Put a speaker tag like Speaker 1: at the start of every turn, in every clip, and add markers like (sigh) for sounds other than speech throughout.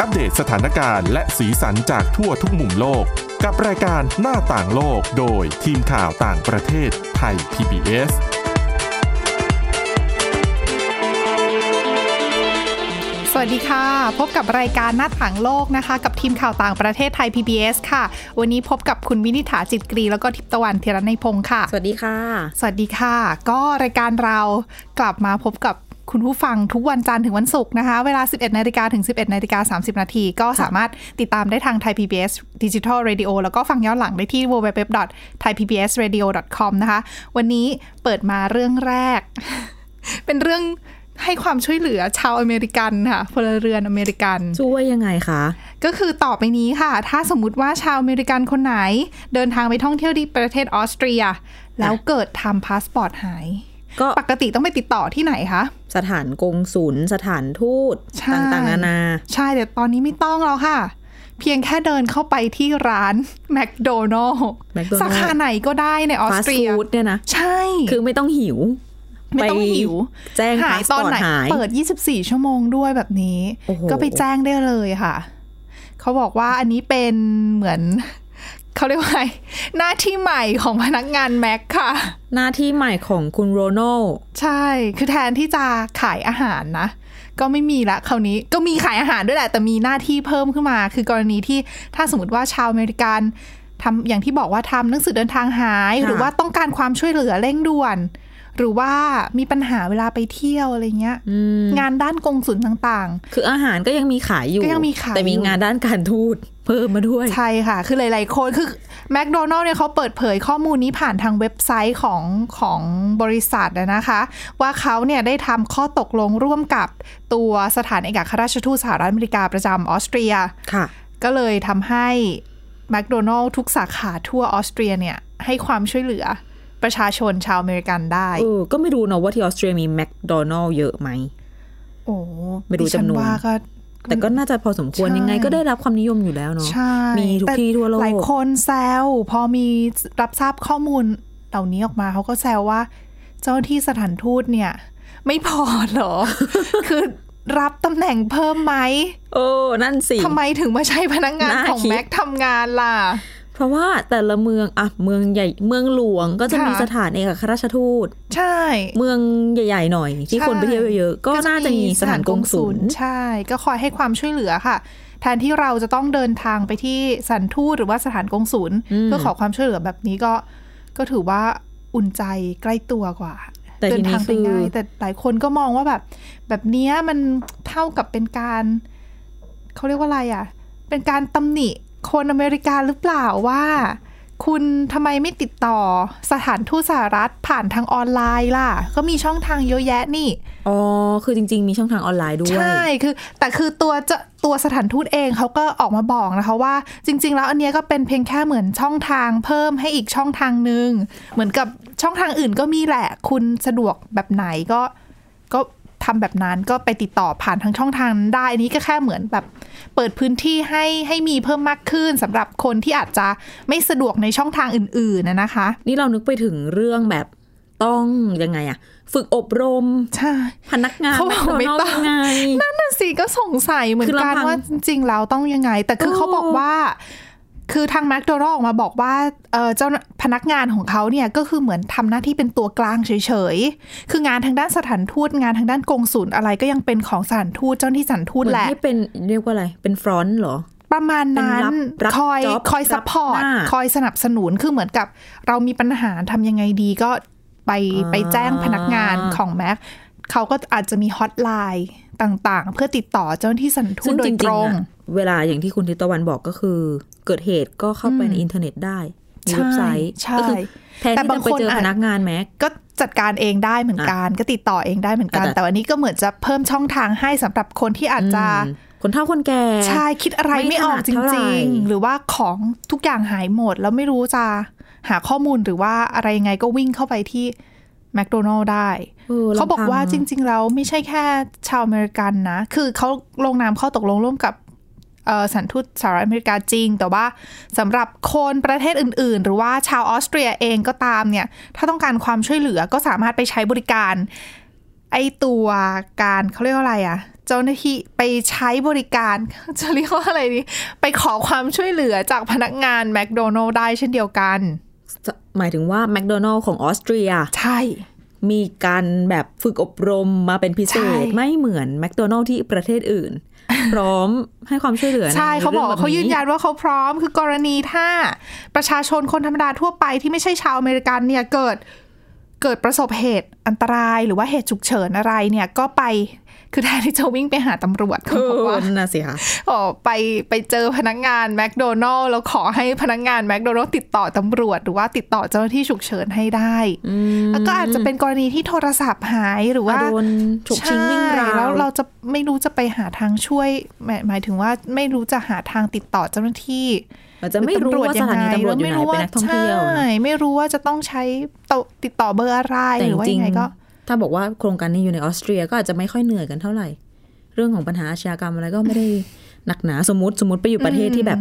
Speaker 1: อัปเดตสถานการณ์และสีสันจากทั่วทุกมุมโลก กับรายการหน้าต่างโลกโดยทีมข่าวต่างประเทศไทย PBS
Speaker 2: สวัสดีค่ะ พบกับรายการหน้าต่างโลกนะคะ กับทีมข่าวต่างประเทศไทย PBS ค่ะ วันนี้พบกับคุณวินิษฐาจิตกรี แล้วก็ทิพย์ตะวันเทระในยพงค์ค่ะ
Speaker 3: สวัสดีค่ะ
Speaker 2: สวัสดีค่ะ ก็รายการเรากลับมาพบกับคุณผู้ฟังทุกวันจันทร์ถึงวันศุกร์นะคะ เวลา 11นาฬิกาถึง 11นาฬิกา30 นาที ก็สามารถติดตามได้ทางไทย PBS Digital Radio แล้วก็ฟังย้อนหลังได้ที่ www.thaipbsradio.com นะคะ วันนี้เปิดมาเรื่องแรก (laughs) เป็นเรื่องให้ความช่วยเหลือชาวอเมริกันค่ะพลเรือนอเมริกัน
Speaker 3: ช่วยยังไงคะ
Speaker 2: ก็คือต่อไปนี้ค่ะ ถ้าสมมติว่าชาวอเมริกันคนไหน เดินทางไปท่องเที่ยวที่ประเทศออสเตรีย แล้วเกิดทำพาสปอร์ตหาย
Speaker 3: ก็
Speaker 2: ปกติต้องไปติดต่อที่ไหนคะ
Speaker 3: สถานกงศุลสถานทูต
Speaker 2: ใช่
Speaker 3: ต่างๆ นานา
Speaker 2: ใช่แต่ตอนนี้ไม่ต้องแล้วค่ะ เพียงแค่เดินเข้าไปที่ร้านแมคโดนัล
Speaker 3: McDonald's
Speaker 2: สาขาไหนก็ได้ในออส
Speaker 3: ฟาส
Speaker 2: เตรีย
Speaker 3: ฟู้ดเนี่ยนะ
Speaker 2: ใช่
Speaker 3: คือไม่ต้องหิว
Speaker 2: ไม่ต้องหิว
Speaker 3: ไปแจ้ง
Speaker 2: หา
Speaker 3: พาย ส
Speaker 2: ต
Speaker 3: ป
Speaker 2: อ
Speaker 3: อน ร์ต
Speaker 2: ไหน
Speaker 3: หาย
Speaker 2: เปิด 24 ชั่วโมงด้วยแบบนี้
Speaker 3: โอ้โห
Speaker 2: ก็ไปแจ้งได้เลยค่ะ เขาบอกว่าอันนี้เป็นเหมือน (laughs) เขาเรียกว่าอะไรหน้าที่ใหม่ของพนักงานแม็กค่ะ
Speaker 3: หน้าที่ใหม่ของคุณโรโน่
Speaker 2: ใช่ คือแทนที่จะขายอาหารนะ ก็ไม่มีละคราวนี้ ก็มีขายอาหารด้วยแหละ แต่มีหน้าที่เพิ่มขึ้นมา คือกรณีที่ถ้าสมมติว่าชาวอเมริกันทำอย่างที่บอกว่าทำหนังสือเดินทางหาย หรือว่าต้องการความช่วยเหลือเร่งด่วน หรือว่ามีปัญหาเวลาไปเที่ยวอะไรเงี้ย
Speaker 3: อืม
Speaker 2: งานด้านกงสุลต่าง
Speaker 3: คืออาหารก็ยังมีขายอยู่
Speaker 2: ก็ยังมีขาย
Speaker 3: แต่มี
Speaker 2: อยู่
Speaker 3: งานด้านการทูตเพิ่มมาด้วย
Speaker 2: ๆ ใช่ค่ะ คือหลาย ๆ คนคือแมคโดนัลล์เนี่ยเขาเปิดเผยข้อมูลนี้ผ่านทางเว็บไซต์ของของบริษัทอะนะคะ ว่าเขาเนี่ยได้ทำข้อตกลงร่วมกับตัวสถานเอกอัครราชทูตสหรัฐอเมริกาประจำออสเตรีย
Speaker 3: ค่ะ
Speaker 2: ก็เลยทำให้แมคโดนัลล์ทุกสาขาทั่วออสเตรียเนี่ย ให้ความช่วยเหลือประชาชนชาวอเมริกันได้
Speaker 3: เออ ก็ไม่รู้เนอะว่าที่ออสเตรียมีแมคโดนัลล์เยอะไหม
Speaker 2: โอ้
Speaker 3: ไม่รู้จำนวน
Speaker 2: ดิฉัว่าก็
Speaker 3: แต่ก็น่าจะพอสมควร
Speaker 2: ใช่
Speaker 3: ยังไงก็ได้รับความนิยมอยู่แล้วเนาะ
Speaker 2: ใช่
Speaker 3: มีทุก
Speaker 2: แต่
Speaker 3: ที่ทั่วโลก
Speaker 2: หลายคนแซวพอมีรับทราบข้อมูลเหล่านี้ออกมาเขาก็แซวว่า เจ้าหน้าที่สถานทูตเนี่ย ไม่พอเห
Speaker 3: (laughs)
Speaker 2: รอ คือรับตำแหน่งเพิ่มไหม
Speaker 3: โอ้นั่นสิ
Speaker 2: ทำไมถึงมาใช้พนักงาน
Speaker 3: น่า
Speaker 2: ของ
Speaker 3: คิด
Speaker 2: แม็กทำงานล่ะ
Speaker 3: เพราะว่าแต่ละเมืองอะเมืองใหญ่เมืองหลวงก็จะมี
Speaker 2: ค่ะ
Speaker 3: สถานเอกอัครราชทูต
Speaker 2: ใช่
Speaker 3: เมืองใหญ่ ๆ หน่อย ที่
Speaker 2: ใช่
Speaker 3: คนไปเที่ยวเยอะๆ ก็น่าจะมีสถานกงศุล
Speaker 2: ใช่ ก็คอยให้ความช่วยเหลือค่ะ แทนที่เราจะต้องเดินทางไปที่สถานทูตหรือว่าสถานกงศูนย์เพื่อขอความช่วยเหลือแบบนี้ก็ ก็ถือว่าอุ่นใจใกล้ตัวกว่า
Speaker 3: แต่
Speaker 2: เดิ
Speaker 3: ทีนี้
Speaker 2: ทางไป
Speaker 3: คือ
Speaker 2: ง่ายแต่หลายคนก็มองว่าแบบ แบบเนี้ยมันเท่ากับเป็นการเขาเรียกว่าอะไรอ่ะ เป็นการตำหนิคนอเมริกาหรือเปล่าว่า คุณทำไมไม่ติดต่อสถานทูตสหรัฐผ่านทางออนไลน์ล่ะ ก็มีช่องทางเยอะแยะนี่
Speaker 3: อ๋อ คือจริง ๆ มีช่องทางออนไลน์ด้วย
Speaker 2: ใช่ คือ แต่คือตัวจะตัวสถานทูตเองเขาก็ออกมาบอกนะคะว่า จริง ๆ แล้วอันเนี้ยก็เป็นเพียงแค่เหมือนช่องทางเพิ่มให้อีกช่องทางหนึ่งเหมือนกับช่องทางอื่นก็มีแหละ คุณสะดวกแบบไหนก็ก็ทำแบบนั้นก็ไปติดต่อผ่านทางช่องทางนั้นได้อันนี้ก็แค่เหมือนแบบ เปิดพื้นที่ให้ให้มีเพิ่มมากขึ้นสำหรับคนที่อาจจะไม่สะดวกในช่องทางอื่นๆนะนะคะ
Speaker 3: นี่เรานึกไปถึงเรื่องแบบต้องยังไงอะฝึกอบรม
Speaker 2: ใช่
Speaker 3: พนักงาน
Speaker 2: เขา
Speaker 3: แม
Speaker 2: บ
Speaker 3: ค
Speaker 2: อก
Speaker 3: โด
Speaker 2: ไม่
Speaker 3: นัล
Speaker 2: ต้
Speaker 3: ล์
Speaker 2: อง
Speaker 3: ยังไง
Speaker 2: นั่นสิก็สงสัยเหมือ
Speaker 3: คื
Speaker 2: น
Speaker 3: อ
Speaker 2: กัน
Speaker 3: ลำพัง
Speaker 2: ว่าจริงๆแล้วต้องยังไง แต่คือ
Speaker 3: โอ้
Speaker 2: เขาบอกว่า คือทางแมคโดนัลออกมาบอกว่าเอ่อเจ้าพนักงานของเขาเนี่ยก็คือเหมือนทำหน้าที่เป็นตัวกลางเฉยๆ คืองานทางด้านสถานทูตงานทางด้านกงศูนย์อะไรก็ยังเป็นของสถานทูตเจ้าหน้าที่สถานทูต
Speaker 3: เหมือน
Speaker 2: แหละ
Speaker 3: ที่เป็นเรียกว่าอะไร เป็นฟรอนต์เหรอ
Speaker 2: ประมาณนั้น
Speaker 3: เป็นรับรับ
Speaker 2: คอย
Speaker 3: job
Speaker 2: คอยซัพพอร์ต
Speaker 3: รับหน้า
Speaker 2: คอยสนับสนุนคือเหมือนกับ เรามีปัญหาทำยังไงดีก็ไป
Speaker 3: อ่า
Speaker 2: ไปแจ้งพนักงานของแม็กเขาก็อาจจะมีฮอตไลน์ต่างๆ เพื่อติดต่อเจ้าหน้าที่สถานทู
Speaker 3: ซึ่
Speaker 2: ต
Speaker 3: ง
Speaker 2: โด
Speaker 3: จ
Speaker 2: ยต
Speaker 3: ริ
Speaker 2: รง
Speaker 3: ๆ
Speaker 2: ง
Speaker 3: อะเวลาอย่างที่คุณทิพย์ตะวันบอกก็คือ เกิดเหตุก็เข้าไปในอินเทอร์เน็ตได้มีเว็บไซต์
Speaker 2: ใช่
Speaker 3: ก็คือแทน
Speaker 2: แต่
Speaker 3: ที่
Speaker 2: บาง
Speaker 3: จะไปเจอ
Speaker 2: คนอาจ
Speaker 3: พนักงานแม็ก
Speaker 2: ก็จัดการเองได้เหมือนกันก็ติดต่อเองได้เหมือนกัน
Speaker 3: แต่
Speaker 2: แต่วันนี้ก็เหมือนจะเพิ่มช่องทางให้สำหรับคนที่อาจจะ
Speaker 3: อืมคนเฒ่าคนแก่
Speaker 2: ใช่คิดอะไร
Speaker 3: ไม่
Speaker 2: ไม่ออก
Speaker 3: ถนัด
Speaker 2: จ
Speaker 3: เท่าไหร่
Speaker 2: ริง ๆ หรือว่าของทุกอย่างหายหมด แล้วไม่รู้จะหาข้อมูลหรือว่าอะไรยังไงก็วิ่งเข้าไปที่แมคโดนัลล์ได้ เขาบอกว่าจริง ๆ แล้วไม่ใช่แค่ชาวอเมริกันนะ คือเขาลงนามข้อตกลงร่วมกับเอ่อสถานทูตสหรัฐอเมริกาจริง แต่ว่าสำหรับคนประเทศอื่น ๆ หรือว่าชาวออสเตรียเองก็ตามเนี่ย ถ้าต้องการความช่วยเหลือก็สามารถไปใช้บริการ ไอตัวการเขาเรียกว่าอะไรอะ เจ้าหน้าที่ไปใช้บริการ (laughs) จะเรียกว่าอะไรดี ไปขอความช่วยเหลือจากพนักงานแมคโดนัลด์ได้เช่นเดียวกัน
Speaker 3: จะหมายถึงว่าแม d โดนัล s ของออสเตรีย
Speaker 2: ใช่
Speaker 3: มีการแบบฝึกอบรมมาเป็นพิเศษ
Speaker 2: ใช่
Speaker 3: ไม่เหมือนแม d โดนัล s ที่ประเทศอื่
Speaker 2: (laughs)
Speaker 3: น พร้อมให้ความช่วยเหลือ
Speaker 2: ใช่
Speaker 3: ใน
Speaker 2: เขาบอก
Speaker 3: รื่
Speaker 2: ว่าง เขายืนยันว่าเขาพร้อมคือกรณีถ้าประชาชนคนธรรมดาทั่วไปที่ไม่ใช่ชาวอเมริกันเนี่ยเกิดเกิดประสบเหตุอันตรายหรือว่าเหตุฉุกเฉินอะไรเนี่ยก็ไปคือแทนที่จะวิ่งไปหาตำรวจเขา
Speaker 3: เอ
Speaker 2: บอก
Speaker 3: อ
Speaker 2: ว่า (laughs)
Speaker 3: น่ะสิคะ
Speaker 2: อ๋อไปไปเจอพนักงานแมคโดนัลล์แล้วขอให้พนักงานแมคโดนัลล์ติดต่อตำรวจ หรือว่าติดต่อเจ้าหน้าที่ฉุกเฉินให้ได้
Speaker 3: อืม
Speaker 2: แล้วก็อาจจะเป็นกรณีที่โทรศัพท์หายหรือว่า
Speaker 3: โดนฉกชิงวิ่งราว
Speaker 2: ใช่แล้วเราจะไม่รู้จะไปหาทางช่วยหมายหมายถึงว่าไม่รู้จะหาทางติดต่อเจ้าหน้าที่
Speaker 3: อาจจะไม่รู้
Speaker 2: หอ
Speaker 3: ว่าสถานีตำรวจอยู่ไหนเป็นนักท่องเที่ยวนะ
Speaker 2: ใช่ไม่รู้ว่าจะต้องใช้ต่อติดต่อเบอร์อะไร
Speaker 3: แต่
Speaker 2: หรือว่ายังไงก็
Speaker 3: ถ้าบอกว่าโครงการนี้อยู่ในออสเตรียก็อาจจะไม่ค่อยเหนื่อยกันเท่าไหร่ เรื่องของปัญหาอาชญากรรมอะไรก็ไม่ได้ หนักหนาสมมติสมมติไปอยู่ประเทศที่แบบ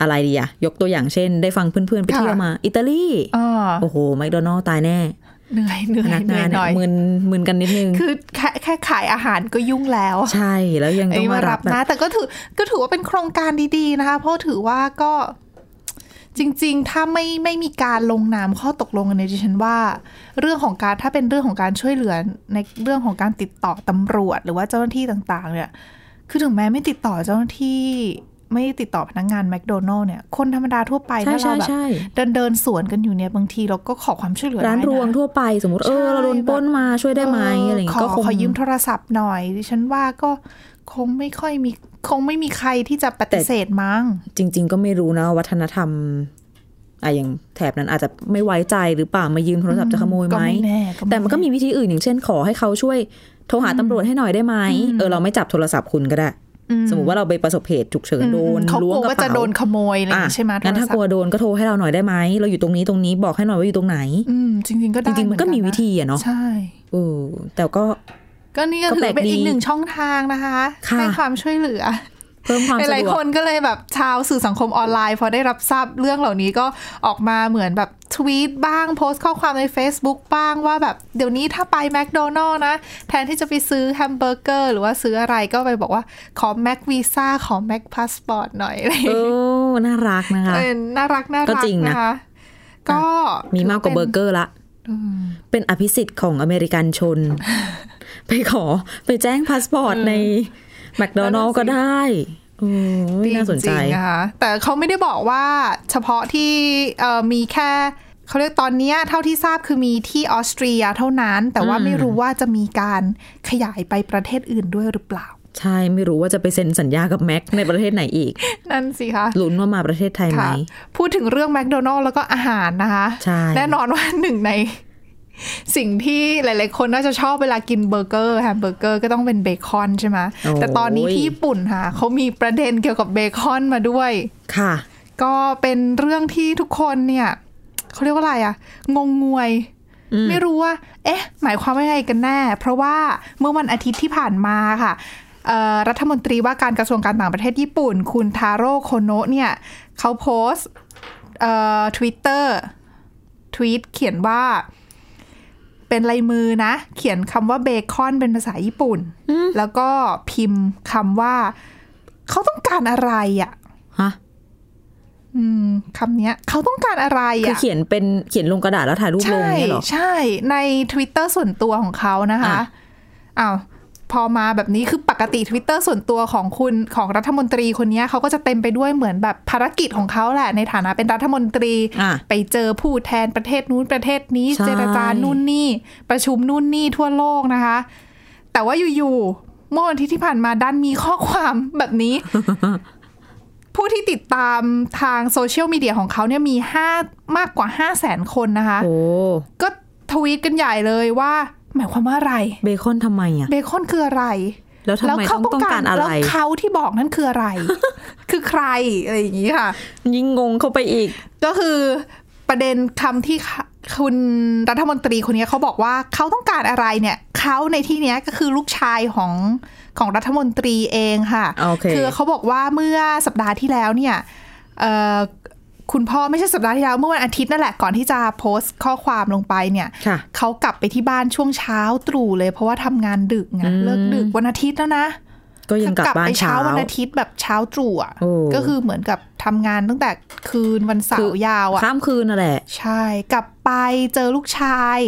Speaker 3: อะไรดีอะยกตัวอย่างเช่น ได้ฟังเพื่อนๆไป
Speaker 2: ค่ะ
Speaker 3: เที่ยวมา อิตาลี
Speaker 2: อ่า
Speaker 3: โอ้โหแมคโดนัลล์ตายแน่
Speaker 2: (laughs) เหนื่อยเหนื่
Speaker 3: พ
Speaker 2: อย
Speaker 3: นัก
Speaker 2: เหนื่
Speaker 3: งา
Speaker 2: อน ยหน่อย
Speaker 3: เนี่ยมึนมึนกันนิดนึง
Speaker 2: คือแค่แค่ขายอาหารก็ยุ่งแล้ว
Speaker 3: ใช่แล้วยัง
Speaker 2: ไอ้
Speaker 3: ต้อง
Speaker 2: มา
Speaker 3: มารั
Speaker 2: รั
Speaker 3: บบ แบบ
Speaker 2: นะแต่ก็ถือก็ถือว่าเป็นโครงการดีๆนะคะ เพราะถือว่าก็จริง ๆ ถ้าไม่ไม่มีการลงนามข้อตกลงกันเนี่ยดิฉันว่า เรื่องของการถ้าเป็นเรื่องของการช่วยเหลือในเรื่องของการติดต่อตำรวจ หรือว่าเจ้าหน้าที่ต่าง ๆ เนี่ย คือถึงแม้ไม่ติดต่อเจ้าหน้าที่ ไม่ติดต่อพนักงานแมคโดนัลล์เนี่ย คนธรรมดาทั่วไป
Speaker 3: ใช่
Speaker 2: ถ้าเรา
Speaker 3: ใช่
Speaker 2: แบบ
Speaker 3: ใช่
Speaker 2: เดินเดินสวนกันอยู่เนี่ยบางทีเราก็ขอความช่วยเหลือ
Speaker 3: ร้าน
Speaker 2: ได้ะ
Speaker 3: รวงทั่วไปสมมติเออ
Speaker 2: ใช่
Speaker 3: เราโดนปล้นมาช่วยได้ไหมอะไรอย่าง
Speaker 2: เ
Speaker 3: เงี้ยก็
Speaker 2: ข
Speaker 3: ค
Speaker 2: อง ขอยืมโทรศัพท์หน่อยดิฉันว่าก็คงไม่ค่อยมีคงไม่มีใครที่จะปฏิเสธมั้ง
Speaker 3: จริง ๆ ก็ไม่รู้นะวัฒนธรรมอะอย่างแถบนั้นอาจจะไม่ไว้ใจหรือเปล่ามายืมโทรศัพท์จะขโมยไหม
Speaker 2: ก็ไม่แน่
Speaker 3: แต่มันก็มีวิธีอื่นอย่างเช่นขอให้เขาช่วยโทรหาตำรวจให้หน่อยได้ไหมเออเราไม่จับโทรศัพท์คุณก็ได้
Speaker 2: อื
Speaker 3: สมมติว่าเราไปประสบเหตุฉุกเฉิน
Speaker 2: อืม
Speaker 3: โดน
Speaker 2: เขา
Speaker 3: ล้ว
Speaker 2: กลัว
Speaker 3: งกระ
Speaker 2: ว่า
Speaker 3: เป๋า
Speaker 2: จะโดนขโมยอะไรอย่างงี้ใช่ไหม
Speaker 3: อ่ะงั้นถ้ากลัวโดนก็โทรให้เราหน่อยได้ไหมเราอยู่ตรงนี้ตรงนี้บอกให้หน่อยว่าอยู่ตรงไหน
Speaker 2: อืมจริง ๆ ก็ได้
Speaker 3: จริงๆมันก็
Speaker 2: เหอ
Speaker 3: มีวิธีอะเนาะ
Speaker 2: ใช่
Speaker 3: เออแต่ก็
Speaker 2: ก็นี่ก็
Speaker 3: ก็
Speaker 2: ถื
Speaker 3: แปล
Speaker 2: อก เป็นอี
Speaker 3: ดี
Speaker 2: กหนึ่งช่องทางนะคะ
Speaker 3: ค่ะ
Speaker 2: ให้ความช่วยเหลือ
Speaker 3: เพิ่มความ
Speaker 2: ห
Speaker 3: สะ
Speaker 2: ลาย
Speaker 3: ดว
Speaker 2: ๆค
Speaker 3: ก
Speaker 2: นก็เลยแบบชาวสื่อสังคมออนไลน์ พอได้รับทราบเรื่องเหล่านี้ก็ออกมาเหมือนแบบทวีตบ้างโพสต์ข้อความใน Facebook บ้างว่าแบบเดี๋ยวนี้ถ้าไปแมคโดนัลล์นะ แทนที่จะไปซื้อแฮมเบอร์เกอร์หรือว่าซื้ออะไรก็ไปบอกว่าขอแมควีซ่าขอแมคพาสปอร์ตหน่อยอะไรอย่าง
Speaker 3: เอ
Speaker 2: เงี้ย
Speaker 3: อน่ารักนะคะ
Speaker 2: เออน่ารักน่า
Speaker 3: ก็
Speaker 2: รัก
Speaker 3: จริงนะ
Speaker 2: นะคะ ก็
Speaker 3: มีมากกว่าเบอร์เกอร์ละเป็นอภิสิทธิ์ของอเมริกันช
Speaker 2: (laughs)
Speaker 3: น ไปขอไปแจ้งพาสปอร์ตในแมคโดนัลก็ได้อืมน่าสนใจ
Speaker 2: ริงๆนะคะแต่เขาไม่ได้บอกว่าเฉพาะที่เอ่อมีแค่เขาเรียกตอนเนี้ยเท่าที่ทราบคือมีที่ออสเตรียเท่านั้น แต่ว่าไม่รู้ว่าจะมีการขยายไปประเทศอื่นด้วยหรือเปล่า
Speaker 3: ใช่ไม่รู้ว่าจะไปเซ็นสัญญากับแม็กในประเทศไหนอี
Speaker 2: (laughs)
Speaker 3: ก
Speaker 2: นั่นสิคะ
Speaker 3: ลุ้นว่ามาประเทศไทยไหม
Speaker 2: ค่ะ พูดถึงเรื่องแมคโดนัลล์แล้วก็อาหารนะคะ
Speaker 3: ใช่
Speaker 2: แน่นอนว่าหนึ่งใน สิ่งที่หลาย ๆ คนน่าจะชอบเวลากินเบอร์เกอร์แฮมเบอร์เกอร์ก็ต้องเป็นเบคอนใช่ไหม
Speaker 3: โอ้ย
Speaker 2: แต่ตอนนี้ที่ญี่ปุ่นค่ะเขามีประเด็นเกี่ยวกับเบคอนมาด้วย
Speaker 3: ค่ะ
Speaker 2: ก็เป็นเรื่องที่ทุกคนเนี่ยเขาเรียกว่าอะไรอะงงงวย ไม่รู้ว่า เอ๊ะ หมายความว่ายังไงกันแน่ เพราะว่าเมื่อวันอาทิตย์ที่ผ่านมาค่ะเอ่อรัฐมนตรีว่าการกระทรวงการต่างประเทศญี่ปุ่น คุณทาโร่โคโนะเนี่ยเขาโพสต์ทวิตเตอร์ทวีตเขียนว่า เป็นลายมือนะ เขียนคำว่าเบคอนเป็นภาษาญี่ปุ่น แล้วก็พิมพ์คำว่า เขาต้องการอะไรอะ
Speaker 3: ฮะ
Speaker 2: อืมคำเนี้ยเขาต้องการอะไร
Speaker 3: คือ
Speaker 2: อ่ะ
Speaker 3: เขียนเป็นเขียนลงกระดาษแล้วถ่ายรูปลง
Speaker 2: ใช่
Speaker 3: เนี่ยเหรอ
Speaker 2: ใช่ใน Twitter ส่วนตัวของเขานะคะ
Speaker 3: อ่ะ
Speaker 2: อ้าวพอมาแบบนี้คือปกติ Twitter ส่วนตัวของคุณของรัฐมนตรีคนเนี้ยเขาก็จะเต็มไปด้วยเหมือนแบบภารกิจของเขาแหละ ในฐานะเป็นรัฐมนตรี
Speaker 3: อ่ะ
Speaker 2: ไปเจอผู้แทนประเทศนู้นประเทศนี้
Speaker 3: ใช่
Speaker 2: เจรจานู่นนี่ ประชุมนู่นนี่ทั่วโลกนะคะ แต่ว่าอยู่ๆเมื่อวันอาที่ที่ผ่านมาดันมีข้อความแบบ
Speaker 3: (laughs)
Speaker 2: นี้ ผู้ที่ติดตามทางโซเชียลมีเดียของเขาเนี่ยมีห้ามากกว่าห้าแสนคนนะคะ
Speaker 3: โอ้
Speaker 2: ก็ทวีตกันใหญ่เลยว่า หมายความว่าอะไร
Speaker 3: เบคอนทำไมอ่ะ
Speaker 2: เบคอนคืออะไร
Speaker 3: แล้วทำ
Speaker 2: แล้ว
Speaker 3: ไม
Speaker 2: เขา
Speaker 3: ต้องต้องการอะ
Speaker 2: แล้
Speaker 3: ไร
Speaker 2: วเขาที่บอกนั่นคือ
Speaker 3: (laughs)
Speaker 2: อะไร คือใครอะไรอย่างนี้ค่ะ
Speaker 3: ยิ่งงงเข้าไปอีก
Speaker 2: ก็คือประเด็นคำที่คคุณรัฐมนตรีคนนี้เขาบอกว่าเขาต้องการอะไรเนี่ยเขาในที่เนี้ยก็คือลูกชายของของรัฐมนตรีเองค่ะ
Speaker 3: โอเค
Speaker 2: อเขาบอกว่าเมื่อสัปดาห์ที่แล้วเนี่ยเอ่อ คุณพ่อไม่ใช่สัปดาห์ที่แล้วเมื่อวันอาทิตย์นั่นแหละก่อนที่จะโพสต์ข้อความลงไปเนี่ย
Speaker 3: ค่ะ
Speaker 2: เขากลับไปที่บ้านช่วงเช้าตรู่เลย เพราะว่าทำงานดึกไงเลิกดึกวันอาทิตย์แล้วนะ
Speaker 3: ก็ยังกลับบ้าน
Speaker 2: ไป
Speaker 3: เช้า
Speaker 2: เช้าวันอาทิตย์แบบเช้าตรู่อ่ะ
Speaker 3: โอ้
Speaker 2: ก็คือเหมือนกับทำงานตั้งแต่คืนวันเสาร์ยาวอ่ะ
Speaker 3: ข้ามคืนน่ะแหละ
Speaker 2: ใช่กลับไปเจอลูกชาย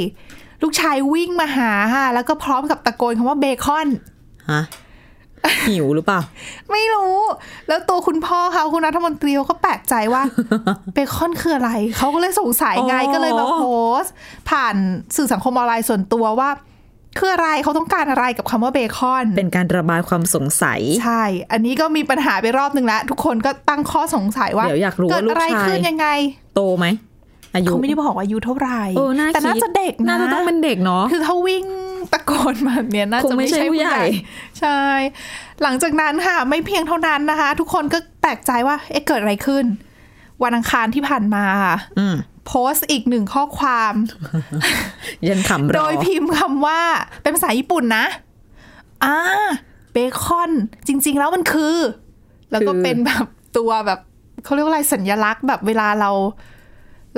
Speaker 2: ลูกชายวิ่งมาหาค่ะแล้วก็พร้อมกับตะโกนคำว่าเบคอน
Speaker 3: ฮะ หิวหรือเปล่า
Speaker 2: (laughs) ไม่รู้ แล้วตัวคุณพ่อเขาคุณรัฐมนตรีเขาก็แปลกใจ
Speaker 3: (laughs)
Speaker 2: ว่า เบคอนคืออะไร เขาก็เลยสงสัยไง
Speaker 3: อ๋อ
Speaker 2: ก็เลยมาโพสต์ ผ่านสื่อสังคมออนไลน์ส่วนตัวว่า คืออะไรเขาต้องการอะไรกับคำว่าเบคอน
Speaker 3: เป็นการระบายความสงสัย
Speaker 2: ใช่ อันนี้ก็มีปัญหาไปรอบนึงแล้ว ทุกคนก็ตั้งข้อสงสัยว่า
Speaker 3: เดี๋ยวอยากรู้
Speaker 2: เกิ
Speaker 3: ว่า
Speaker 2: ด
Speaker 3: ลูก
Speaker 2: อะไร
Speaker 3: ชาย
Speaker 2: ขึ้นยังไง
Speaker 3: โตไหม อายุ
Speaker 2: เขาไม่ได้บอกอายุเท่าไหร่
Speaker 3: เออน่า
Speaker 2: แต่น่า
Speaker 3: คิ
Speaker 2: จะเด็กนะ
Speaker 3: น่าจะต้องเป็นเด็กเนาะ
Speaker 2: คือถ้าวิ่งตะโกนมาแบบเนี้ยน่า
Speaker 3: คง
Speaker 2: จะ
Speaker 3: ไม่
Speaker 2: ไม่
Speaker 3: ใช่
Speaker 2: ใช่
Speaker 3: ผู้
Speaker 2: ผู้
Speaker 3: ให
Speaker 2: ให
Speaker 3: ญ่
Speaker 2: ญ่ ใช่ หลังจากนั้นค่ะ ไม่เพียงเท่านั้นนะคะ ทุกคนก็แปลกใจว่า เอ๊ะเกิดอะไรขึ้น วันอังคารที่ผ่านมาค่ะ
Speaker 3: อืม
Speaker 2: โพสต์อีกหนึ่งข้อความ
Speaker 3: ยันขำร
Speaker 2: โด
Speaker 3: อย
Speaker 2: พิมพ์คำว่า เป็นภาษาญี่ปุ่นนะอ่าเบคอน จริง ๆ แล้วมันคือ แล้วก็เป็นแบบตัวแบบเขาเรียกว่าอะไรสัญลักษณ์แบบเวลาเรา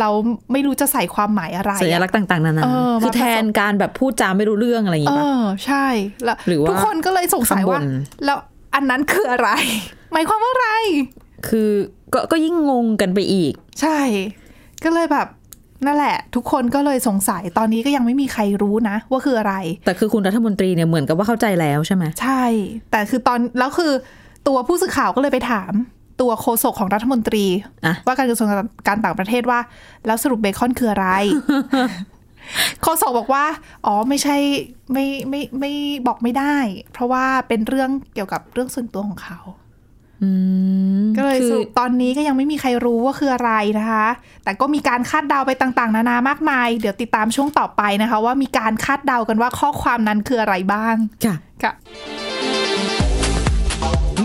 Speaker 2: เราไม่รู้จะใส่ความหมายอะไรอะ
Speaker 3: สัญลักษณ์ต่างๆ นานา
Speaker 2: เออ
Speaker 3: คือ
Speaker 2: มาผสม
Speaker 3: แทนการแบบพูดจาไม่รู้เรื่องอะไรอย่าง
Speaker 2: เอ
Speaker 3: งี้ปะ
Speaker 2: อใช่แล้ว
Speaker 3: หรือว่า
Speaker 2: ทุกคนก็เลยสงสัยว่า
Speaker 3: ข้างบน
Speaker 2: แล้วอันนั้นคืออะไร หมายความว่าอะไร
Speaker 3: คือก็ก็ยิ่งงงกันไปอีก
Speaker 2: ใช่ ก็เลยแบบนั่นแหละ ทุกคนก็เลยสงสัยตอนนี้ก็ยังไม่มีใครรู้นะ ว่าคืออะไร
Speaker 3: แต่คือคุณรัฐมนตรีเนี่ยเหมือนกับว่าเข้าใจแล้วใช่ไหม
Speaker 2: ใช่ แต่คือตอนแล้วคือตัวผู้สื่อข่าวก็เลยไปถาม ตัวโฆษกของรัฐมนตรี
Speaker 3: อ่ะ
Speaker 2: ว่าการกระทรวงการต่างประเทศว่า แล้วสรุปเบคอนคือ
Speaker 3: (laughs)
Speaker 2: อะไร โฆษกบอกว่า อ๋อไม่ใช่ไม่ไม่ไม่บอกไม่ได้ เพราะว่าเป็นเรื่องเกี่ยวกับเรื่องส่วนตัวของเขา
Speaker 3: อืม
Speaker 2: ก็เลย
Speaker 3: คื
Speaker 2: ส
Speaker 3: อ
Speaker 2: รุปตอนนี้ก็ยังไม่มีใครรู้ว่าคืออะไรนะคะ แต่ก็มีการคาดเดาไปต่าง ๆ นานามากมาย เดี๋ยวติดตามช่วงต่อไปนะคะ ว่ามีการคาดเดากันว่าข้อความนั้นคืออะไรบ้าง
Speaker 3: ค่ะ
Speaker 2: ค่ะ
Speaker 1: ห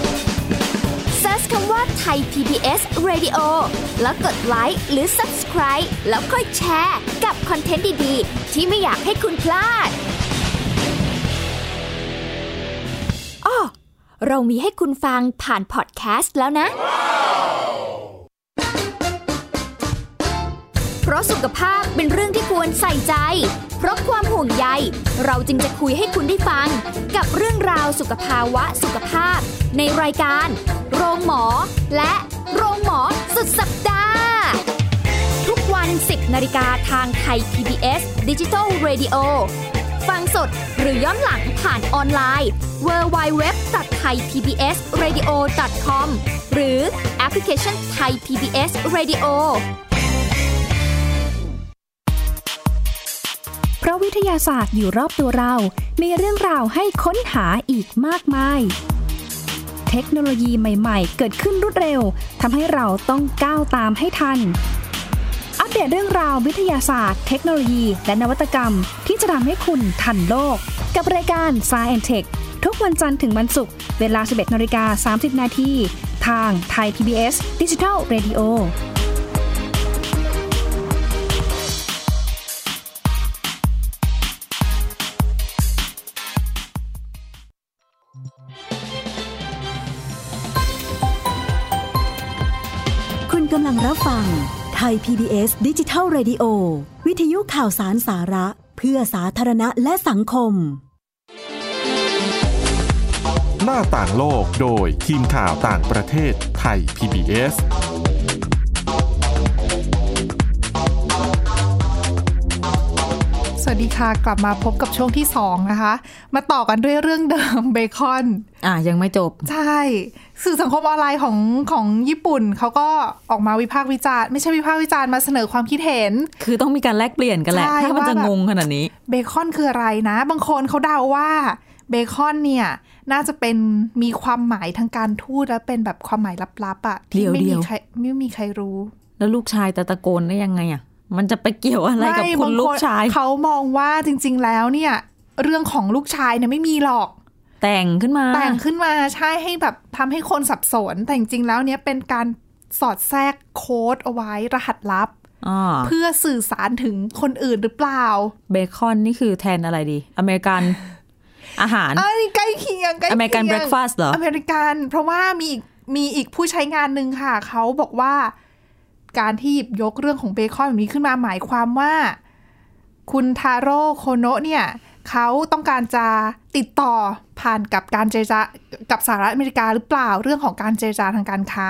Speaker 4: Search คำว่าไทย PBS Radio แล้วกดไลค์หรือ Subscribe แล้วค่อยแชร์ กับคอนเทนต์ดี ๆ ที่ไม่อยากให้คุณพลาดอ้อเรามีให้คุณฟังผ่านพอดแคสต์แล้วนะ เพราะสุขภาพเป็นเรื่องที่ควรใส่ใจ เพราะความห่วงใย เราจึงจะคุยให้คุณได้ฟัง กับเรื่องราวสุขภาวะสุขภาพ ในรายการ โรงหมอ และโรงหมอสุดสัปดาห์ ทุกวัน 10นาฬิกาทางไทย PBS d i g i ดิจิ Radio ฟังสดหรือย้อนหลังผ่านออนไลน์ www.thaipbsradio.com หรือแอปพลิเคชัน Thai PBS Radio
Speaker 5: เพราะวิทยาศาสตร์อยู่รอบตัวเรา มีเรื่องราวให้ค้นหาอีกมากมาย เทคโนโลยีใหม่ ๆ เกิดขึ้นรวดเร็ว ทำให้เราต้องก้าวตามให้ทัน อัปเดตเรื่องราววิทยาศาสตร์ เทคโนโลยี และนวัตกรรม ที่จะทำให้คุณทันโลก กับรายการ s c i e n t e c h ทุกวันจันทร์ถึงวันศุกร์ เวลา 11นาฬิกา30นาทีทางไทย PBS Digital Radio
Speaker 6: คุณกำลังรับฟังไทย PBS ดิจิทัล Radio วิทยุข่าวสารสาระ เพื่อสาธารณะและสังคม
Speaker 1: หน้าต่างโลกโดยทีมข่าวต่างประเทศไทย PBS
Speaker 2: สวัสดีค่ะ กลับมาพบกับช่วงที่สองนะคะ มาต่อกันด้วยเรื่องเดิม เบคอน
Speaker 3: อ่ะยังไม่จบ
Speaker 2: ใช่ สื่อสังคมออนไลน์ของของญี่ปุ่นเขาก็ออกมาวิพากษ์วิจารณ์ ไม่ใช่วิพากษ์วิจารณ์มาเสนอความคิดเห็น
Speaker 3: คือต้องมีการแลกเปลี่ยนกันแหละ
Speaker 2: ใช่
Speaker 3: ถ้ามัน
Speaker 2: ว่า
Speaker 3: จะ
Speaker 2: แบบ
Speaker 3: งงขนาดนี้
Speaker 2: เบคอนคืออะไรนะ บางคนเขาเดาว่าเบคอนเนี่ย น่าจะเป็นมีความหมายทางการทูตและเป็นแบบความหมายลับๆอะ่ะที่ไม่
Speaker 3: เดี๋
Speaker 2: มี
Speaker 3: ยวๆ
Speaker 2: ใครไม่มีใครรู้
Speaker 3: แล้วลูกชายจะตะโกนได้ยังไงอ่ะ มันจะไปเกี่ยวอะไรกับ
Speaker 2: ม่
Speaker 3: คุ
Speaker 2: บ
Speaker 3: ณ
Speaker 2: ง
Speaker 3: ลูกชาย
Speaker 2: เขามองว่าจริง ๆ แล้วเนี่ย เรื่องของลูกชายเนี่ยไม่มีหรอก
Speaker 3: แต่งขึ้นมา
Speaker 2: แต่งขึ้นมาใช่ให้แบบทำให้คนสับสน แต่จริงๆแล้วเนี้ยเป็นการสอดแทรกโค้ดเอาไว้รหัสลับ
Speaker 3: อ่า
Speaker 2: เพื่อสื่อสารถึงคนอื่นหรือเปล่า
Speaker 3: เบคอนนี่คือแทนอะไรดี อเมริกัน อาหาร
Speaker 2: เอ้ยใกล้เคียงใกล้เคียง
Speaker 3: American breakfast เหรอ
Speaker 2: อเมริกัน เพราะว่ามีอีกมีอีกผู้ใช้งานหนึ่งค่ะ เขาบอกว่าการที่หยิบยกเรื่องของเบคอนแบบนี้ขึ้นมาหมายความว่า คุณทาโร่โคโนะเนี่ย เขาต้องการจะติดต่อผ่านกับการเจรจากับสหรัฐอเมริกาหรือเปล่าเรื่องของการเจรจาทางการค้า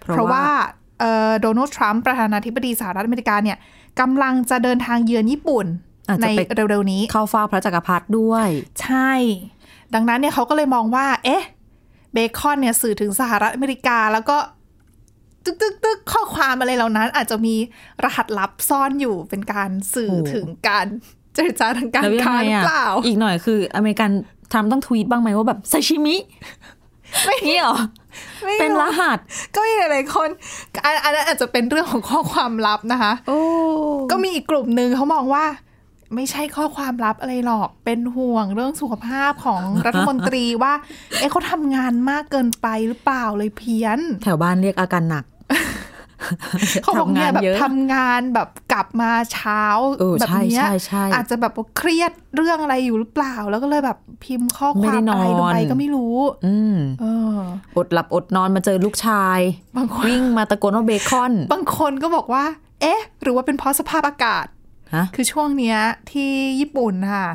Speaker 3: เพราะ
Speaker 2: เพราะว่า
Speaker 3: ว่า
Speaker 2: เอ่อโดนัลด์ทรัมป์ประธานาธิบดีสหรัฐอเมริกาเนี่ยกำลังจะเดินทางเยือนญี่ปุ่น
Speaker 3: อาจ
Speaker 2: ใน
Speaker 3: จะไป
Speaker 2: เร็วๆนี้
Speaker 3: เข้าเฝ้าพระจักรพรรดิด้วย
Speaker 2: ใช่ ดังนั้นเนี่ยเขาก็เลยมองว่า เอ๊ะ เบคอนเนี่ยสื่อถึงสหรัฐอเมริกาแล้วก็ตึกตึกตึกข้อความอะไรเหล่านั้น อาจจะมีรหัสลับซ่อนอยู่เป็นการสื่อ
Speaker 3: โอ้
Speaker 2: ถึงการเจรจาทางการ
Speaker 3: แล้วยัง
Speaker 2: ค้าหรื
Speaker 3: ไง
Speaker 2: อ
Speaker 3: อ่ะ
Speaker 2: เปล่า
Speaker 3: อีกหน่อยคืออเมริกันทรัมป์ต้องทวีตบ้างไหมว่าแบบซาชิ
Speaker 2: (laughs)
Speaker 3: มิไม่นี่หรอ
Speaker 2: ไม่
Speaker 3: เป็นรหัส
Speaker 2: ก็มีหลายๆคนอันอันนั้นอาจจะเป็นเรื่องของข้อความลับนะคะ ก็มีอีกกลุ่มหนึ่งเขามองว่า ไม่ใช่ข้อความลับอะไรหรอก เป็นห่วงเรื่องสุขภาพของรัฐมนตรีว่า เอ๊ะเขาทำงานมากเกินไปหรือเปล่าเลยเพี้ยน
Speaker 3: แถวบ้านเรียกอาการหนัก
Speaker 2: (laughs) เขาบอกเนี่ยแบบ
Speaker 3: ทำงานเยอะ
Speaker 2: ทำงานแบบกลับมาเช้า
Speaker 3: เออ
Speaker 2: แบบเนี้ย
Speaker 3: ใช่ใช่ใช่
Speaker 2: อาจจะแบบว่าเครียดเรื่องอะไรอยู่หรือเปล่า แล้วก็เลยแบบพิมพ์ข้อค
Speaker 3: ไม่
Speaker 2: วา
Speaker 3: ได้
Speaker 2: ม
Speaker 3: นอ
Speaker 2: อะ
Speaker 3: น
Speaker 2: ไรลงไปก็ไม่รู้
Speaker 3: อืม
Speaker 2: เออ
Speaker 3: อดหลับอดนอนมาเจอลูก
Speaker 2: (laughs)
Speaker 3: ชาย
Speaker 2: บางคน
Speaker 3: วิ่งมาตะโกนว่าเบคอน
Speaker 2: บางคนก็บอกว่า เอ๊ะ หรือว่าเป็นเพราะสภาพอากาศ
Speaker 3: ฮะ
Speaker 2: คือช่วงเนี้ยที่ญี่ปุ่นค่ะ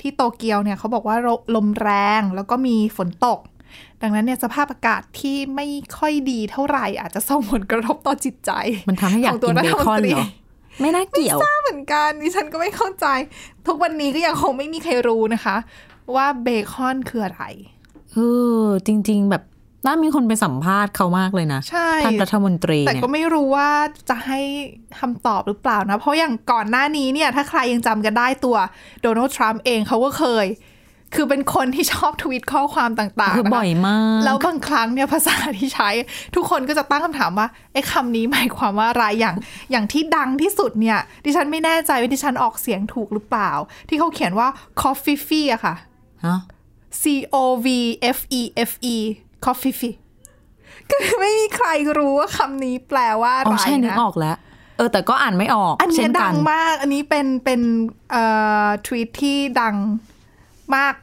Speaker 2: ที่โตเกียวเนี่ยเขาบอกว่าลมลมแรงแล้วก็มีฝนตก ดังนั้นเนี่ยสภาพอากาศที่ไม่ค่อยดีเท่าไหร่ อาจจะส่งผลกระทบต่อจิตใจ
Speaker 3: มันทำให้อยาก
Speaker 2: ของตัว
Speaker 3: กิน
Speaker 2: รั
Speaker 3: เบ
Speaker 2: ฐมน
Speaker 3: คอน
Speaker 2: ตรี
Speaker 3: เหรอไม่น่าเกี่ยว
Speaker 2: เหมือนกันดิฉันก็ไม่เข้าใจ ทุกวันนี้ก็ยังคงไม่มีใครรู้นะคะ ว่าเบคอนคืออะไร
Speaker 3: เออจริง ๆ แบบน่ามีคนไปสัมภาษณ์เขามากเลยนะ
Speaker 2: ใช่
Speaker 3: ท่านรัฐมนตรี
Speaker 2: แต่
Speaker 3: เนี่ย
Speaker 2: ก็ไม่รู้ว่าจะให้คำตอบหรือเปล่านะ เพราะอย่างก่อนหน้านี้เนี่ย ถ้าใครยังจำกันได้ตัวโดนัลด์ทรัมป์เองเขาก็เคย คือเป็นคนที่ชอบทวีตข้อความต่างๆ
Speaker 3: คือ
Speaker 2: นะคะ
Speaker 3: บ่อยมาก
Speaker 2: แล้วบางครั้งเนี่ยภาษาที่ใช้ ทุกคนก็จะตั้งคำถามว่าไอ้คำนี้หมายความว่าอะไรอย่าง อย่างที่ดังที่สุดเนี่ย ดิฉันไม่แน่ใจว่าดิฉันออกเสียงถูกหรือเปล่า ที่เขาเขียนว่า coffee fee อะค่ะ
Speaker 3: ฮะ
Speaker 2: C O V F E F E coffee fee ก็ (laughs) ไม่มีใครรู้ว่าคำนี้แปลว่าอะ
Speaker 3: อ๋อ
Speaker 2: ไร
Speaker 3: ใช่นึก
Speaker 2: นะ
Speaker 3: ออกแล้ว เออ แต่ก็อ่านไม่ออก
Speaker 2: อันเนี้
Speaker 3: เช่
Speaker 2: ย
Speaker 3: น
Speaker 2: ดั
Speaker 3: กัน
Speaker 2: งมาก อันนี้เป็นเป็นเอ่อทวีตที่ดังมาก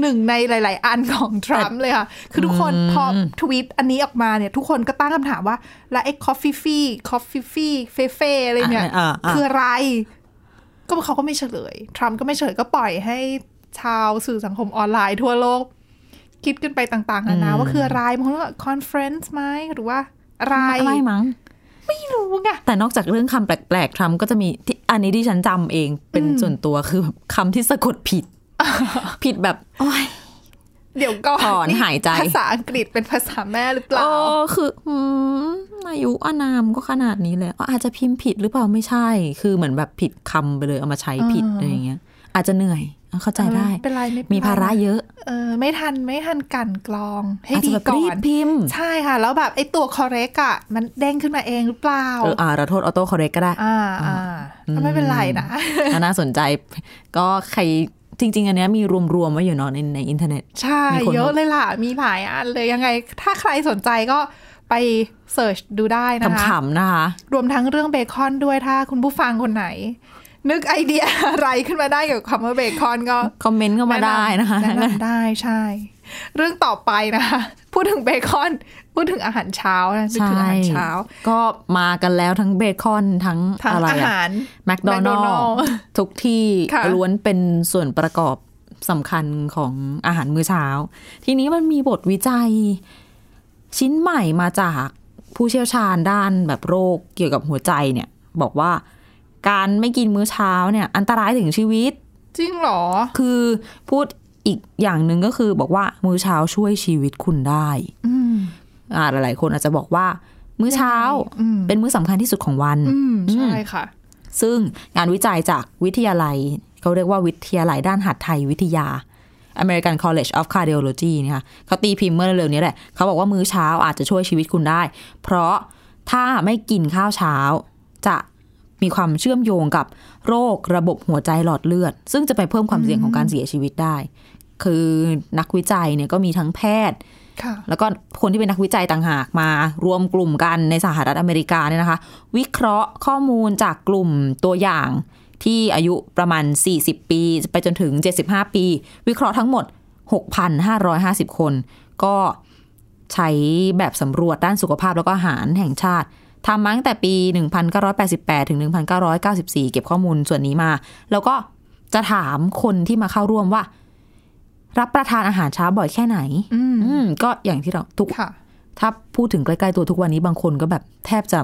Speaker 2: หนึ่งในหลาย ๆ อันของทรัมป์เลยค่ะ คือทุกคนพอทวีตอันนี้ออกมาเนี่ย ทุกคนก็ตั้งคำถามว่า แล้วไอ้คอฟฟี่ฟี่คอฟฟี่ฟี่เฟเฟ่อะไรเนี่ย
Speaker 3: อ่าอ่า
Speaker 2: คือ
Speaker 3: อ่า
Speaker 2: อะไร ก็เขาก็ไม่เฉลย ทรัมป์ก็ไม่เฉลยก็ปล่อยให้ชาวสื่อสังคมออนไลน์ทั่วโลก คิดกันไปต่างๆนานาว่าคืออะไรบางคนก็คอนเฟรนซ์ไหมหรือว่าอะไร
Speaker 3: อะไรมั้ง
Speaker 2: ไม่รู้ไง
Speaker 3: แต่นอกจากเรื่องคำแปลกๆทรัมป์ก็จะมีที่อันนี้ที่ฉันจำเองเป็นส่วนตัวคือแบบคำที่สะกด
Speaker 2: (laughs)
Speaker 3: ผิด ผิดแบบ โอ้ย
Speaker 2: เดี๋ยวก่อน
Speaker 3: ถอนหายใจ
Speaker 2: ภาษาอังกฤษเป็นภาษาแม่หรือเปล่า
Speaker 3: โอ้คืออืมอายุอานามก็ขนาดนี้เลยอ๋ออาจจะพิมพ์ผิดหรือเปล่าไม่ใช่ คือเหมือนแบบผิดคำไปเลยเอามาใช้ผิด
Speaker 2: อ่า
Speaker 3: อะไรอย่างเงี้ย อาจจะเหนื่อยอ่ะเข้าใจได้
Speaker 2: ไม่เป็นไรไม่เป็นไ
Speaker 3: มีภาระเยอะ
Speaker 2: เออไม่ทันไม่ทันกลันกรองให้
Speaker 3: อาจ
Speaker 2: ดี
Speaker 3: จะแบบ
Speaker 2: ก่อ
Speaker 3: รีบ
Speaker 2: น
Speaker 3: พิมพ์
Speaker 2: ใช่ค่ะ แล้วแบบไอ้ตัว correct อะมันเด้งขึ้นมาเองหรือเปล่า
Speaker 3: เอออ่าเราโทษออโต้คอเรกก็ได้
Speaker 2: อ่าอ่าก็ไม่เป็นไรนะ (laughs)
Speaker 3: อ่ะน่าสนใจ ก็ใครจริง ๆ อันเนี้ยมีรวมๆไว้อยู่เนาะในในอินเทอร์เน็ต
Speaker 2: ใช่
Speaker 3: มีคน
Speaker 2: เยอะเลยล่ะ มีหลายอันเลยยังไง ถ้าใครสนใจก็ไปเสิร์ชดูได้นะคะ
Speaker 3: ขำๆนะคะ
Speaker 2: รวมทั้งเรื่องเบคอนด้วยถ้าคุณผู้ฟังคนไหน นึกไอเดียอะไรขึ้นมาได้เกี่ยวกับคำว่าเบคอนก็
Speaker 3: คอมเมนต์เข้ามาได้นะคะ
Speaker 2: แนะนำได้ใช่ เรื่องต่อไปนะคะ พูดถึงเบคอน พูดถึงอาหารเช้านะพูดถึงอาหารเช้า
Speaker 3: ก็มากันแล้วทั้งเบคอนทั้ง
Speaker 2: ทาง
Speaker 3: อะไร
Speaker 2: อา
Speaker 3: อะ
Speaker 2: หาร
Speaker 3: แมคโดนัล
Speaker 2: McDonald's
Speaker 3: ล์ทุกที่
Speaker 2: ค่ะ
Speaker 3: ล้วนเป็นส่วนประกอบสำคัญของอาหารมื้อเช้า ทีนี้มันมีบทวิจัยชิ้นใหม่มาจากผู้เชี่ยวชาญด้านแบบโรคเกี่ยวกับหัวใจเนี่ย บอกว่าการไม่กินมื้อเช้าเนี่ยอันตรายถึงชีวิต
Speaker 2: จริงเหรอ
Speaker 3: คือพูดอีกอย่างหนึ่งก็คือบอกว่ามื้อเช้าช่วยชีวิตคุณได้
Speaker 2: อืม
Speaker 3: อ่าหลายๆคนอาจจะบอกว่า มื้อเช้า
Speaker 2: อืม
Speaker 3: เป็นมื้อสำคัญที่สุดของวัน
Speaker 2: อืม ใช่ค่ะ
Speaker 3: ซึ่งงานวิจัยจากวิทยาลัย เขาเรียกว่าวิทยาลัยด้านหัตถไทยวิทยา American College of Cardiology นะคะเขาตีพิมพ์เมื่อเร็วๆนี้แหละ เขาบอกว่ามื้อเช้าอาจจะช่วยชีวิตคุณได้ เพราะถ้าไม่กินข้าวเช้า จะ มีความเชื่อมโยงกับโรคระบบหัวใจหลอดเลือด ซึ่งจะไปเพิ่มความเสี่ยงของการเสียชีวิตได้ คือนักวิจัยเนี่ยก็มีทั้งแพทย์
Speaker 2: ค่ะ
Speaker 3: แล้วก็คนที่เป็นนักวิจัยต่างหากมารวมกลุ่มกันในสหรัฐอเมริกาเนี่ยนะคะ วิเคราะห์ข้อมูลจากกลุ่มตัวอย่างที่อายุประมาณ 40 ปี ไปจนถึง 75 ปี วิเคราะห์ทั้งหมด 6,550 คน ก็ใช้แบบสำรวจด้านสุขภาพแล้วก็อาหารแห่งชาติทำมาตั้งแต่ปี 1988 ถึง 1994 เก็บข้อมูลส่วนนี้มา แล้วก็จะถามคนที่มาเข้าร่วมว่า รับประทานอาหารเช้าบ่อยแค่ไหน
Speaker 2: อืม
Speaker 3: อืมก็อย่างที่เราทุก
Speaker 2: ค่ะ
Speaker 3: ถ้าพูดถึงใกล้ๆตัวทุกวันนี้บางคนก็แบบแทบจะ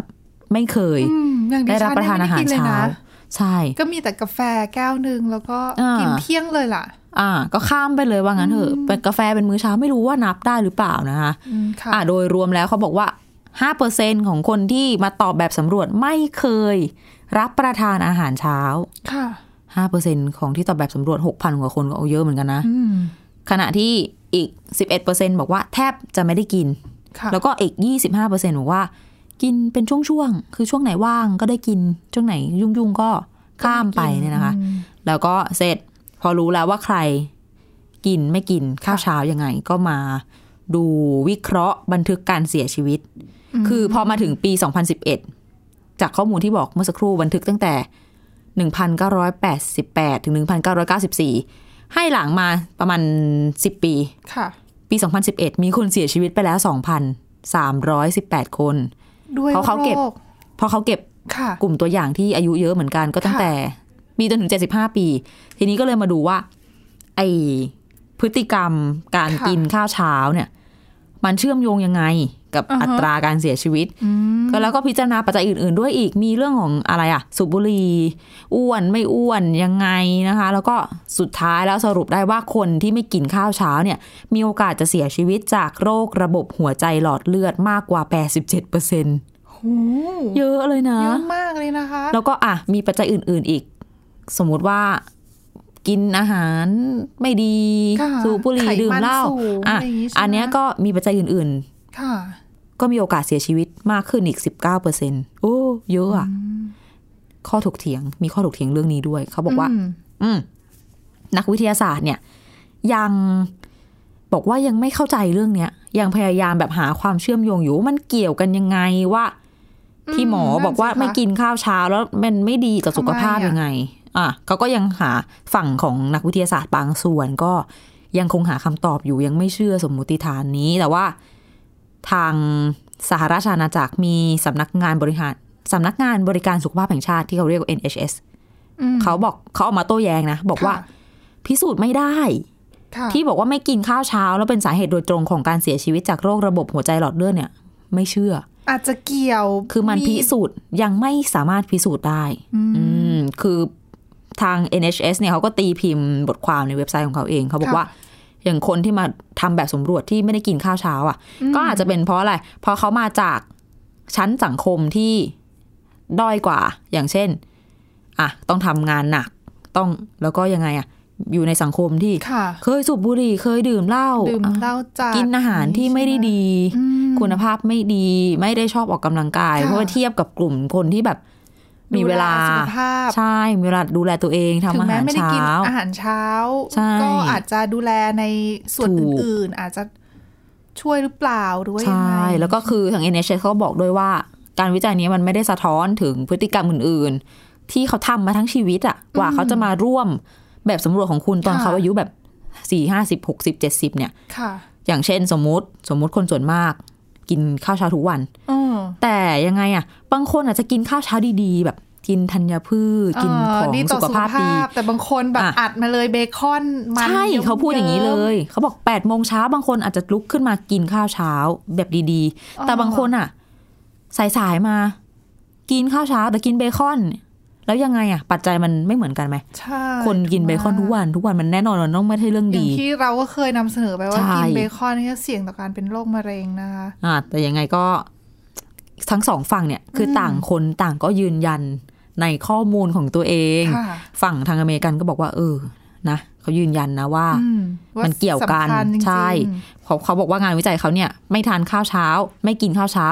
Speaker 3: ไม่เคย
Speaker 2: อืมอย่างดิ
Speaker 3: ได้
Speaker 2: ฉัน
Speaker 3: รับประทานอาหาร
Speaker 2: นี่ยไม่ได้กินลย
Speaker 3: เช้า
Speaker 2: นะ
Speaker 3: ใช่
Speaker 2: ก็มีแต่กาแฟแก้วหนึ่งแล้วก็
Speaker 3: อ่ากิ
Speaker 2: กินเที่ยงเลยล่ะ
Speaker 3: อ่า ก็ข้ามไปเลยว่างั้นเถอะเป็นกาแฟเป็นมื้อเช้าไม่รู้ว่านับได้หรือเปล่านะคะ
Speaker 2: อืมค่ะ
Speaker 3: อ่าโดยรวมแล้วเขาบอกว่า 5%ของคนที่มาตอบแบบสำรวจไม่เคย รับประทานอาหารเช้า
Speaker 2: ค่ะ
Speaker 3: 5%ของที่ตอบแบบสำรวจ 6,000 กว่าคนก็เอาเยอะเหมือนกันนะ
Speaker 2: อืม
Speaker 3: ขณะที่อีก 11%บอกว่าแทบจะไม่ได้กิน
Speaker 2: ค่ะ
Speaker 3: แล้วก็อีก 25%บอกว่า กินเป็นช่วงๆ คือช่วงไหนว่างก็ได้กิน ช่วงไหนยุ่งๆ ก็ข้ามไปเนี่ยนะคะ
Speaker 2: อืม
Speaker 3: แล้วก็เสร็จพอรู้แล้วว่าใครกินไม่กินข้าวเช้ายังไงก็มาดูวิเคราะห์บันทึกการเสียชีวิต คือพอมาถึงปี 2011 จากข้อมูลที่บอกเมื่อสักครู่บันทึกตั้งแต่ 1988 ถึง 1994 ให้หลังมาประมาณ 10 ปี
Speaker 2: ค่ะ
Speaker 3: ปี 2011 มีคนเสียชีวิตไปแล้ว 2,318 คน
Speaker 2: ด้วย
Speaker 3: เพราะเขาเก็บ
Speaker 2: โรค
Speaker 3: เพราะเขาเก็บ
Speaker 2: ค่ะ
Speaker 3: กลุ่มตัวอย่างที่อายุเยอะเหมือนกันก็ตั้ง
Speaker 2: ค่ะ
Speaker 3: แต่ปีจนถึง 75 ปี ทีนี้ก็เลยมาดูว่า ไอพฤติกรรมการกินข้าวเช้าเนี่ย มันเชื่อมโยงยังไงกับอัตราการเสียชีวิต ก็แล้วก็พิจารณาปัจจัยอื่น ๆ ด้วยอีกมีเรื่องของอะไรอะสูบบุหรี่อ้วนไม่อ้วนยังไงนะคะ แล้วก็สุดท้ายแล้วสรุปได้ว่าคนที่ไม่กินข้าวเช้าเนี่ย มีโอกาสจะเสียชีวิตจากโรคระบบหัวใจหลอดเลือดมากกว่า 87%เยอะเลยนะ
Speaker 2: เยอะมากเลยนะคะ
Speaker 3: แล้วก็อ่ะมีปัจจัยอื่น ๆอีก สมมุติว่ากินอาหารไม่ดี
Speaker 2: ค่ะ
Speaker 3: สูบบุหรี่
Speaker 2: ไขมัน
Speaker 3: ดื่มเหล้า
Speaker 2: สูง
Speaker 3: อ่ะ
Speaker 2: อะไรอย่างงี้ใช่ไหม
Speaker 3: อันเนี้ยก็มีปัจจัยอื่น
Speaker 2: ค่ะ
Speaker 3: ๆ ก็มีโอกาสเสียชีวิตมากขึ้นอีก 19เปอร์เซ็นโอ้เยอะอ่ะข้อถกเถียง มีข้อถกเถียงเรื่องนี้ด้วย เขาบอกว่า
Speaker 2: อืม
Speaker 3: อืมนักวิทยาศาสตร์เนี่ย ยังบอกว่ายังไม่เข้าใจเรื่องเนี้ย ยังพยายามแบบหาความเชื่อมโยงอยู่ว่ามันเกี่ยวกันยังไงว่า ที่หมอบอกว่าไม่กินข้าวเช้าแล้วมันไม่ดีต่อสุขภาพยังไง อ่ะเขาก็ยังหาฝั่งของนักวิทยาศาสตร์บางส่วนก็ยังคงหาคำตอบอยู่ยังไม่เชื่อสมมุติฐานนี้ แต่ว่าทางสหราชอาณาจักรมีสำนักงานบริหารสำนักงานบริการสุขภาพแห่งชาติที่เขาเรียกว่า NHS
Speaker 2: อืม
Speaker 3: เขาบอกเขาออกมาโต้แย้งนะ บอกว่า
Speaker 2: ค่ะ
Speaker 3: พิสูจน์ไม่ได้
Speaker 2: ค่ะ
Speaker 3: ที่บอกว่าไม่กินข้าวเช้า แล้วเป็นสาเหตุโดยตรงของการเสียชีวิตจากโรคระบบหัวใจหลอดเลือดเนี่ย ไม่เชื่อ
Speaker 2: อาจจะเกี่ยว
Speaker 3: คือมันพิสูจน์ยังไม่สามารถพิสูจน์ได้ อืมคือทาง NHS เนี่ยเขาก็ตีพิมพ์บทความในเว็บไซต์ของเขาเอง เขาบอกว่า อย่างคนที่มาทำแบบสำรวจที่ไม่ได้กินข้าวเช้าอ่ะ ก็อาจจะเป็นเพราะอะไร เพราะเขามาจากชั้นสังคมที่ด้อยกว่า อย่างเช่น อ่ะ ต้องทำงานหนัก ต้องแล้วก็ยังไงอ่ะ อยู่ในสังคมที่
Speaker 2: ค่ะ
Speaker 3: เคยสูบบุหรี่เคยดื่มเหล้า
Speaker 2: ดื่มเหล้าจัด
Speaker 3: กินอาหารที่ไม่ได้ดี
Speaker 2: อืม
Speaker 3: คุณภาพไม่ดี ไม่ได้ชอบออกกำลังกาย
Speaker 2: ค่ะ
Speaker 3: เพราะว่าเทียบกับกลุ่มคนที่แบบ มีเวลา
Speaker 2: ดูแลสุขภาพ
Speaker 3: ใช่มีเวลาดูแลตัวเองทำ
Speaker 2: ถึง
Speaker 3: อา
Speaker 2: แม้
Speaker 3: หาร
Speaker 2: ไม่ได้
Speaker 3: เช้า
Speaker 2: กินอาหารเช้า
Speaker 3: ใช่
Speaker 2: ก็อาจจะดูแลในส่วน
Speaker 3: ถู
Speaker 2: อก ื่นๆ อาจจะช่วยหรือเปล่าหรือว่า
Speaker 3: ใช
Speaker 2: ยังไง่
Speaker 3: แล้วก็คือทาง NHS เขาบอกด้วยว่า การวิจัยนี้มันไม่ได้สะท้อนถึงพฤติกรรมอื่น ๆ ที่เขาทำมาทั้งชีวิตอะกว่าเขาจะมาร่วมแบบสำรวจของคุณตอนเขาอายุแบบสี่ห้าสิบหกสิบเจ็ดสิบเนี่ย
Speaker 2: ค่ะ
Speaker 3: อย่างเช่นสมมติสมมติคนส่วนมาก กินข้าวเช้าทุกวัน
Speaker 2: อืม
Speaker 3: แต่ยังไงอะบางคนอาจจะกินข้าวเช้าดีๆ แบบกินธัญพืชกินของ
Speaker 2: เดีต่
Speaker 3: สุขภาพดี
Speaker 2: แต่บางคนแบบ
Speaker 3: อ่ะ
Speaker 2: อัดมาเลยเบคอนมัน
Speaker 3: ใช่
Speaker 2: ยอะ
Speaker 3: เขาพูดอย่างนี้เลย เขาบอก8ปดโมงเช้าบางคนอาจจะลุกขึ้นมากินข้าวเช้าแบบดีๆ แต่บางคนอ่ะ สายๆมา กินข้าวเช้าแต่กินเบคอน แล้วยังไงอ่ะ ปัจจัยมันไม่เหมือนกันไหม
Speaker 2: ใช่
Speaker 3: คนกินเบคอนทุกวัน ทุกวันมันแน่นอนมันต้องไม่ใช่เรื่อง
Speaker 2: อย่าง
Speaker 3: ดี
Speaker 2: ที่เราก็เคยนำเสนอไปว่า
Speaker 3: ใช่
Speaker 2: กินเบคอนนี่ก็เสี่ยงต่อการเป็นโรคมะเร็งนะคะ
Speaker 3: อ่ะแต่ยังไงก็ทั้งสองฝั่งเนี่ยคือต่างคนต่างก็ยืนยันในข้อมูลของตัวเอง
Speaker 2: ค่ะ
Speaker 3: ฝั่งทางอเมริกันก็บอกว่า เออนะเขายืนยันนะว่า
Speaker 2: อืา
Speaker 3: มันเกี่ยวกัน
Speaker 2: สำคัญจริงๆ
Speaker 3: ใช่เขาเขาบอกว่างานวิจัยเขาเนี่ย ไม่ทานข้าวเช้า ไม่กินข้าวเช้า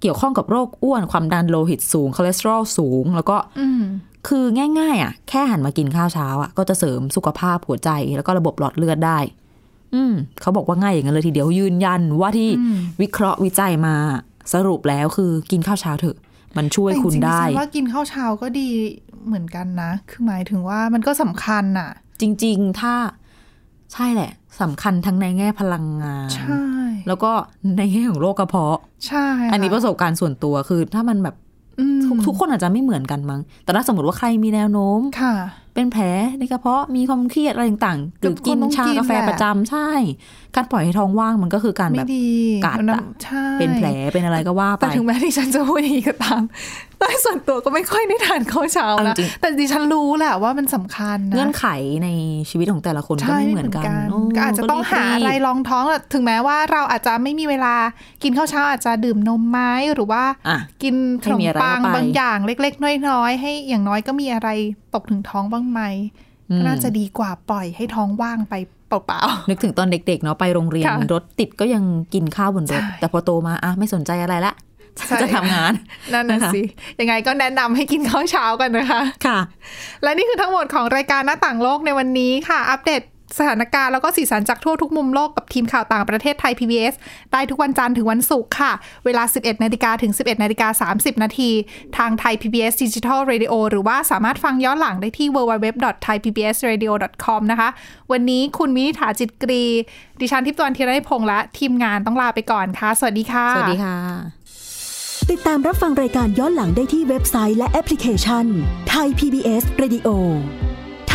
Speaker 3: เกี่ยวข้องกับโรคอ้วนความดันโลหิตสูงคอเลสเตอรอลสูง แล้วก็
Speaker 2: อืม
Speaker 3: คือง่ายๆ อ่ะ แค่หันมากินข้าวเช้าอ่ะก็จะเสริมสุขภาพหัวใจแล้วก็ระบบหลอดเลือดได้ อืมเขาบอกว่าง่ายอย่างนั้นเลยทีเดียวยืนยันว่าที่
Speaker 2: อืม
Speaker 3: วิเคราะห์วิจัยมาสรุปแล้วคือกินข้าวเช้าเถอะ มันช่วยคุณ
Speaker 2: แต่จริงๆ
Speaker 3: ได้
Speaker 2: ดิฉันว่ากินข้าวเช้าก็ดีเหมือนกันนะ คือหมายถึงว่ามันก็สำคัญน่ะ
Speaker 3: จริง ๆ ถ้าใช่แหละสำคัญทั้งในแง่พลังงาน
Speaker 2: ใช่
Speaker 3: แล้วก็ในแง่ของโรคกระเพาะ
Speaker 2: ใช่ค่ะ
Speaker 3: อันนี้ประสบการณ์ส่วนตัวคือถ้ามันแบบ
Speaker 2: อืม
Speaker 3: ทุกทุกคนอาจจะไม่เหมือนกันมั้ง แต่ถ้าสมมติว่าใครมีแนวโน้ม
Speaker 2: ค่ะ
Speaker 3: เป็นแผลในกระเพาะมีความเครียดอะไรต่างๆหรือ
Speaker 2: ก็ค
Speaker 3: กิ
Speaker 2: ง
Speaker 3: น
Speaker 2: ต้อง
Speaker 3: ชา
Speaker 2: กิน
Speaker 3: กาแฟ
Speaker 2: แหละ
Speaker 3: ประจำใช่ การปล่อยให้ท้องว่างมันก็คือการแบ
Speaker 2: ไม่
Speaker 3: บ
Speaker 2: ดี
Speaker 3: กัดอะ
Speaker 2: มันน้ำใช่
Speaker 3: เป็นแผลเป็นอะไรก็ว่าไป
Speaker 2: แต่ถึงแม้ที่ฉันจะพูดอย่างนี้ก็ตาม (laughs) แต่ส่วนตัวก็ไม่ค่อยได้ทานข้าวเช้า
Speaker 3: เอา
Speaker 2: นะ
Speaker 3: จริง
Speaker 2: แต่ดิฉันรู้แหละว่ามันสำคัญนะ
Speaker 3: เงื่อนไขในชีวิตของแต่ละคนก็
Speaker 2: ใช่
Speaker 3: ไม่เหมือนกันโ
Speaker 2: ก็อาจจะต้องหาอะไร
Speaker 3: รีบ
Speaker 2: รองท้องอะถึงแม้ว่าเราอาจจะไม่มีเวลากินข้าวเช้าอาจจะดื่มนมไหมหรือว่า
Speaker 3: ๆอ่ะ
Speaker 2: กินขนม
Speaker 3: ให้มีอะไร
Speaker 2: ปัง
Speaker 3: เข้าไป
Speaker 2: บางอย่างเล็ก ๆ น้อยๆให้อย่างน้อยก็มีอะไรตกถึงท้องบ้างไหมก็น่าจะดีกว่าปล่อยให้ท้องว่างไปเปล่า
Speaker 3: นึกถึงตอนเด็กๆเนาะไปโรงเรียน
Speaker 2: ค่ะ
Speaker 3: รถติดก็ยังกินข้าวบนรถ
Speaker 2: ใช่
Speaker 3: แต่พอโตมาอ่ะไม่สนใจอะไรละ
Speaker 2: ใช่
Speaker 3: จะทำงาน
Speaker 2: ๆ นั่นน่ะสิยังไงก็แนะนำให้กินข้าวเช้ากันนะคะ
Speaker 3: ค่ะ
Speaker 2: และนี่คือทั้งหมดของรายการหน้าต่างโลกในวันนี้ค่ะ อัปเดตสถานการณ์แล้วก็สีสันจากทั่วทุกมุมโลกกับทีมข่าวต่างประเทศไทย PBS ได้ทุกวันจันทร์ถึงวันศุกร์ค่ะ เวลา 11นาฬิกาถึง 11นาฬิกา30 นาทีทางไทย PBS Digital Radio หรือว่าสามารถฟังย้อนหลังได้ที่ www.thaipbsradio.com นะคะ วันนี้คุณวินิษฐาจิตกรี ดิฉันทิพย์ตวรรณธีรนิพงษ์และทีมงานต้องลาไปก่อนค่ะ สวัสดีค่ะ
Speaker 3: สวัสดีค่ะ
Speaker 6: ติดตามรับฟังรายการย้อนหลังได้ที่เว็บไซต์และแอปพลิเคชันไทย PBS Radio ไ